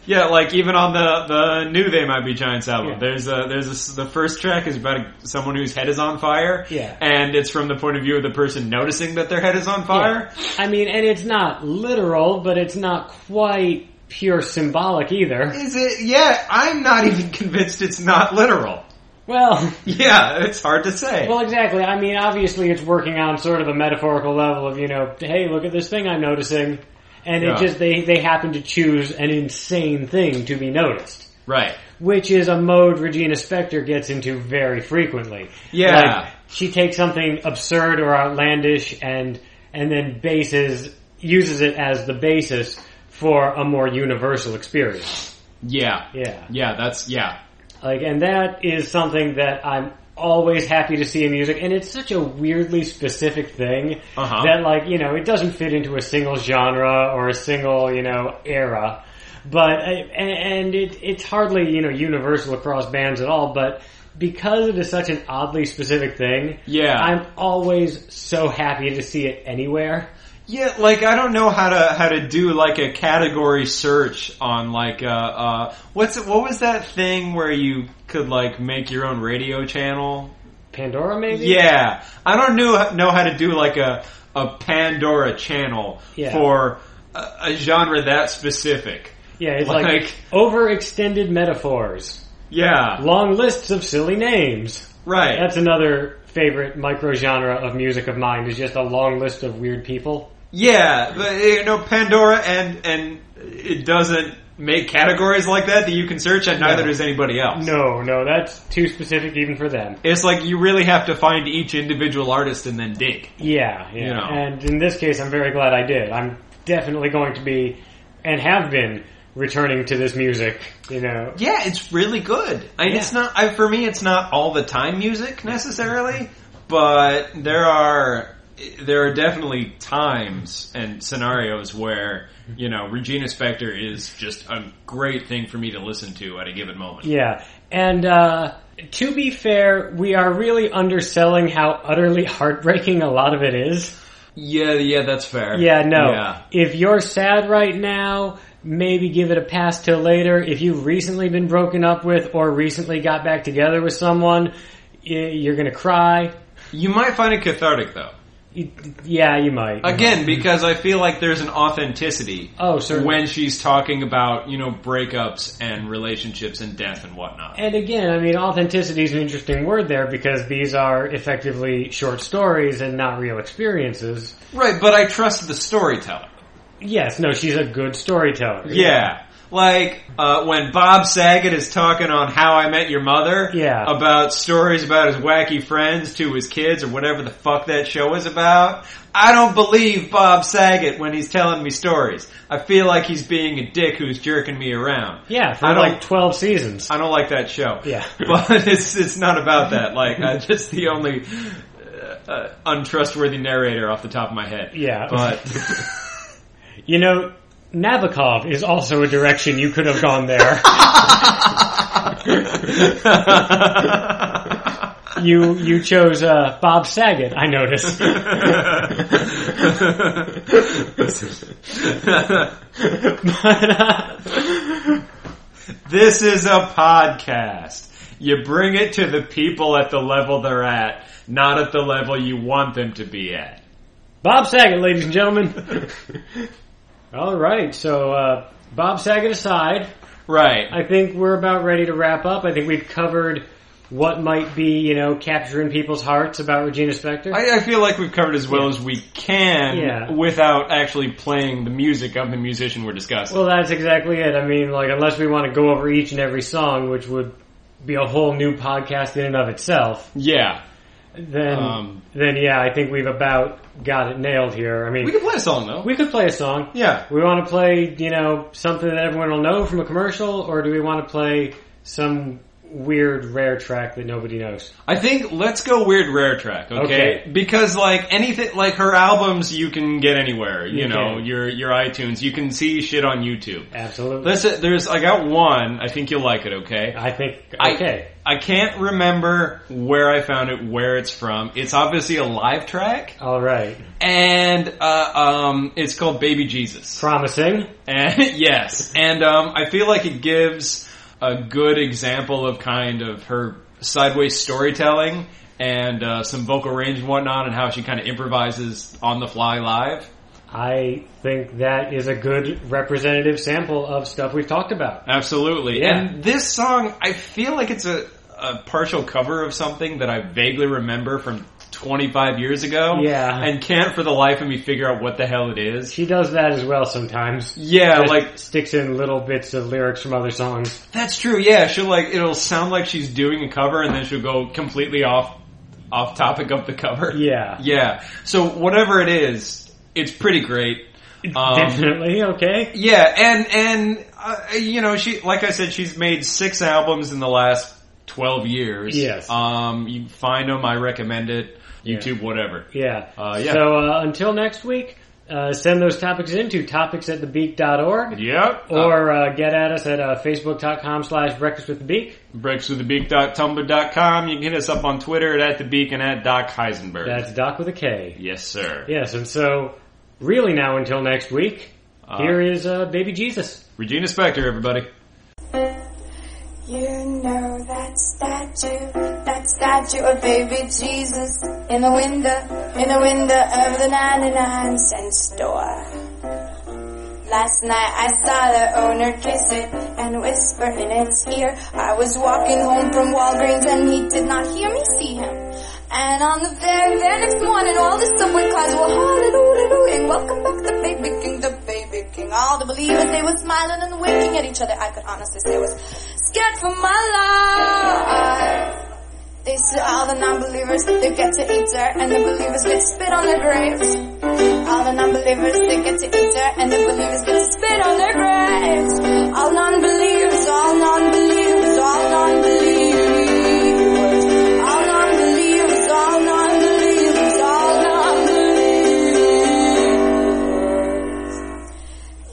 B: Yeah, like even on the the new They Might Be Giants album,
A: Yeah.
B: there's a there's a s the first track is about a, someone whose head is on fire.
A: Yeah.
B: and it's from the point of view of the person noticing that their head is on fire.
A: I mean, and it's not literal, but it's not quite pure symbolic either.
B: Is it? Yeah, I'm not even convinced it's not literal.
A: Well,
B: Yeah, it's hard to say.
A: well, exactly. I mean, obviously, it's working on sort of a metaphorical level of, you know, hey, look at this thing I'm noticing, and
B: Yeah.
A: it just they they happen to choose an insane thing to be noticed.
B: right.
A: which is a mode Regina Spektor gets into very frequently.
B: Yeah.
A: Like, she takes something absurd or outlandish and and then bases uses it as the basis for a more universal experience.
B: Yeah.
A: Yeah.
B: Yeah, that's yeah.
A: Like and that is something that I'm always happy to see in music and it's such a weirdly specific thing
B: Uh-huh.
A: that like, you know, it doesn't fit into a single genre or a single, you know, era. But uh, and it it's hardly, you know, universal across bands at all, but because it is such an oddly specific thing,
B: Yeah.
A: I'm always so happy to see it anywhere.
B: Yeah, like I don't know how to how to do like a category search on like uh uh what's it, what was that thing where you could like make your own radio channel?
A: Pandora maybe?
B: Yeah. I don't know know how to do like a a Pandora channel
A: Yeah.
B: for a, a genre that specific.
A: Yeah, it's like,
B: Like-
A: overextended metaphors.
B: Yeah.
A: Long lists of silly names.
B: Right.
A: That's another favorite micro genre of music of mine is just a long list of weird people.
B: Yeah, but, you know, Pandora and and it doesn't make categories like that that you can search, and neither does anybody else.
A: No, no, that's too specific even for them.
B: It's like you really have to find each individual artist and then dig.
A: Yeah, yeah.
B: You know.
A: And in this case, I'm very glad I did. I'm definitely going to be, and have been, returning to this music. You know.
B: Yeah, it's really good. I, It's
A: Yeah.
B: not I, for me. It's not all the time music necessarily, but there are there are definitely times and scenarios where you know Regina Spektor is just a great thing for me to listen to at a given moment.
A: Yeah. And uh, to be fair, we are really underselling how utterly heartbreaking a lot of it is.
B: Yeah, yeah, that's fair.
A: Yeah, no.
B: Yeah.
A: If you're sad right now, maybe give it a pass till later. If you've recently been broken up with or recently got back together with someone, y- you're gonna cry.
B: You might find it cathartic though.
A: Y- Yeah, you might.
B: Again, because I feel like there's an authenticity
A: Oh, certainly.
B: when she's talking about, you know, breakups and relationships and death and whatnot.
A: And again, I mean, authenticity is an interesting word there because these are effectively short stories and not real experiences.
B: Right, but I trust the storyteller.
A: Yes, no, she's a good storyteller.
B: Yeah. Like uh, when Bob Saget is talking on How I Met Your Mother,
A: Yeah.
B: about stories about his wacky friends to his kids or whatever the fuck that show is about. I don't believe Bob Saget when he's telling me stories. I feel like he's being a dick who's jerking me around.
A: Yeah, for
B: I don't-
A: like 12 seasons.
B: I don't like that show.
A: Yeah.
B: but it's it's not about that. Like I just the only uh, uh, untrustworthy narrator off the top of my head.
A: Yeah.
B: but
A: You know, Nabokov is also a direction you could have gone there. you you chose uh, Bob Saget, I noticed. But, uh,
B: this is a podcast. You bring it to the people at the level they're at, not at the level you want them to be at.
A: Bob Saget, ladies and gentlemen. All right, so uh, Bob Saget aside,
B: Right.
A: I think we're about ready to wrap up. I think we've covered what might be, you know, capturing people's hearts about Regina Spektor.
B: I, I feel like we've covered as well as we can
A: Yeah.
B: without actually playing the music of the musician we're discussing.
A: Well, that's exactly it. I mean, like, unless we want to go over each and every song, which would be a whole new podcast in and of itself,
B: yeah.
A: then,
B: Um.
A: then yeah, I think we've about got it nailed here. I mean, we
B: We
A: could,
B: can play a song though.
A: play a song.
B: yeah.
A: We want to play, you know, something that everyone will know from a commercial, or do we want to play some weird, rare track that nobody knows?
B: I think let's go weird rare track, okay?
A: Okay.
B: Because like anything like her albums you can get anywhere, you,
A: You
B: know,
A: can.
B: your your iTunes, you can see shit on YouTube.
A: Absolutely.
B: Let's there's I got one, I think you'll like it, okay?
A: I think,
B: I-
A: okay.
B: I can't remember where I found it, where it's from. It's obviously a live track,
A: All right.
B: and uh, um, it's called Baby Jesus.
A: Promising.
B: And yes, and um, I feel like it gives a good example of kind of her sideways storytelling and uh, some vocal range and whatnot, and how she kind of improvises on the fly live.
A: I think that is a good representative sample of stuff we've talked about.
B: Absolutely.
A: Yeah.
B: And this song, I feel like it's a, a partial cover of something that I vaguely remember from 25 years ago.
A: Yeah.
B: And can't for the life of me figure out what the hell it is.
A: She does that as well sometimes.
B: Yeah,
A: Just
B: like
A: sticks in little bits of lyrics from other songs.
B: That's true. Yeah, she'll like it'll sound like she's doing a cover, and then she'll go completely off off topic of the cover.
A: Yeah,
B: Yeah. So whatever it is, it's pretty great. Um,
A: definitely. Okay.
B: yeah, and and uh, you know she like I said she's made six albums in the last twelve years.
A: Yes.
B: Um, you find them. I recommend it. YouTube, whatever.
A: Yeah.
B: Uh, yeah.
A: So uh, until next week, uh, send those topics in to topics at thebeak.org
B: Yep.
A: or uh, get at us at uh, facebook.com slash breakfast with the beak.
B: breakswiththebeak.tumblr.com. You can hit us up on Twitter at the beak and at Doc Heisenberg.
A: That's Doc with a K.
B: yes, sir.
A: Yes, and so really now until next week,
B: Uh,
A: here is uh, Baby Jesus.
B: Regina Spector, everybody.
C: You know that statue, that statue of baby Jesus in the window, in the window of the 99 cent store. Last night I saw the owner kiss it and whisper in its ear. I was walking home from Walgreens and he did not hear me see him. And on the very, very next morning, all the subway cars were hallelujah, welcome back the baby king, the baby king. All the believers, they were smiling and winking at each other. I could honestly say I was scared for my life. They said all the non-believers, they get to eat her, and the believers get spit on their graves. All the non-believers, they get to eat her, and the believers get to spit on their graves. All non-believers, all non-believers, all non-believers. All non-believers, all non-believers, all non-believers.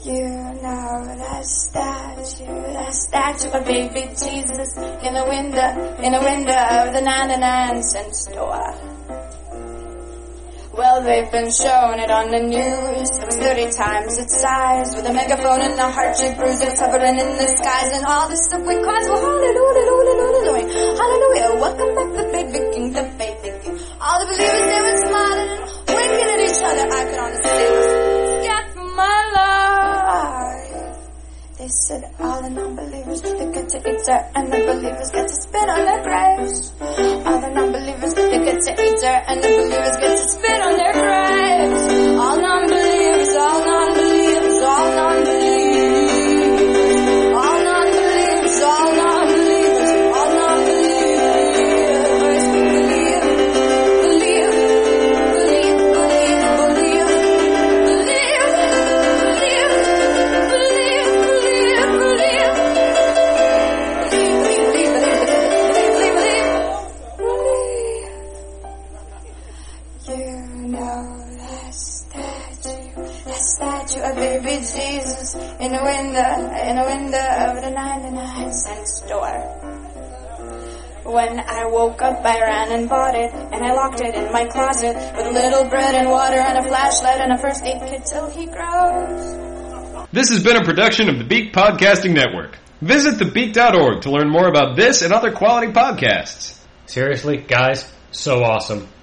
C: You know that statue, that statue of baby Jesus in the window, in the window of the 99 cent store. Well, they've been showing it on the news. It was 30 times its size, with a megaphone and a heart-shaped bruise that's hovering in the skies, and all the subway cars were hallelujah, hallelujah, hallelujah. Welcome back, the baby king, the baby king. All the believers they were smiling and winking at each other. I could honestly say I was scared for my life. They said all the non-believers they get to eat her, and the believers get to spit on their graves. All the non-believers they get to eat her, and the believers get to spit on their graves. All non-believers, all non-believers, all non-believers. of baby Jesus in the window, in the window of the 99 cent store. When I woke up, I ran and bought it, and I locked it in my closet with a little bread and water and a flashlight and a first aid kit till he grows.
B: This has been a production of the Beak Podcasting Network. Visit thebeak.org to learn more about this and other quality podcasts.
A: Seriously, guys, so awesome.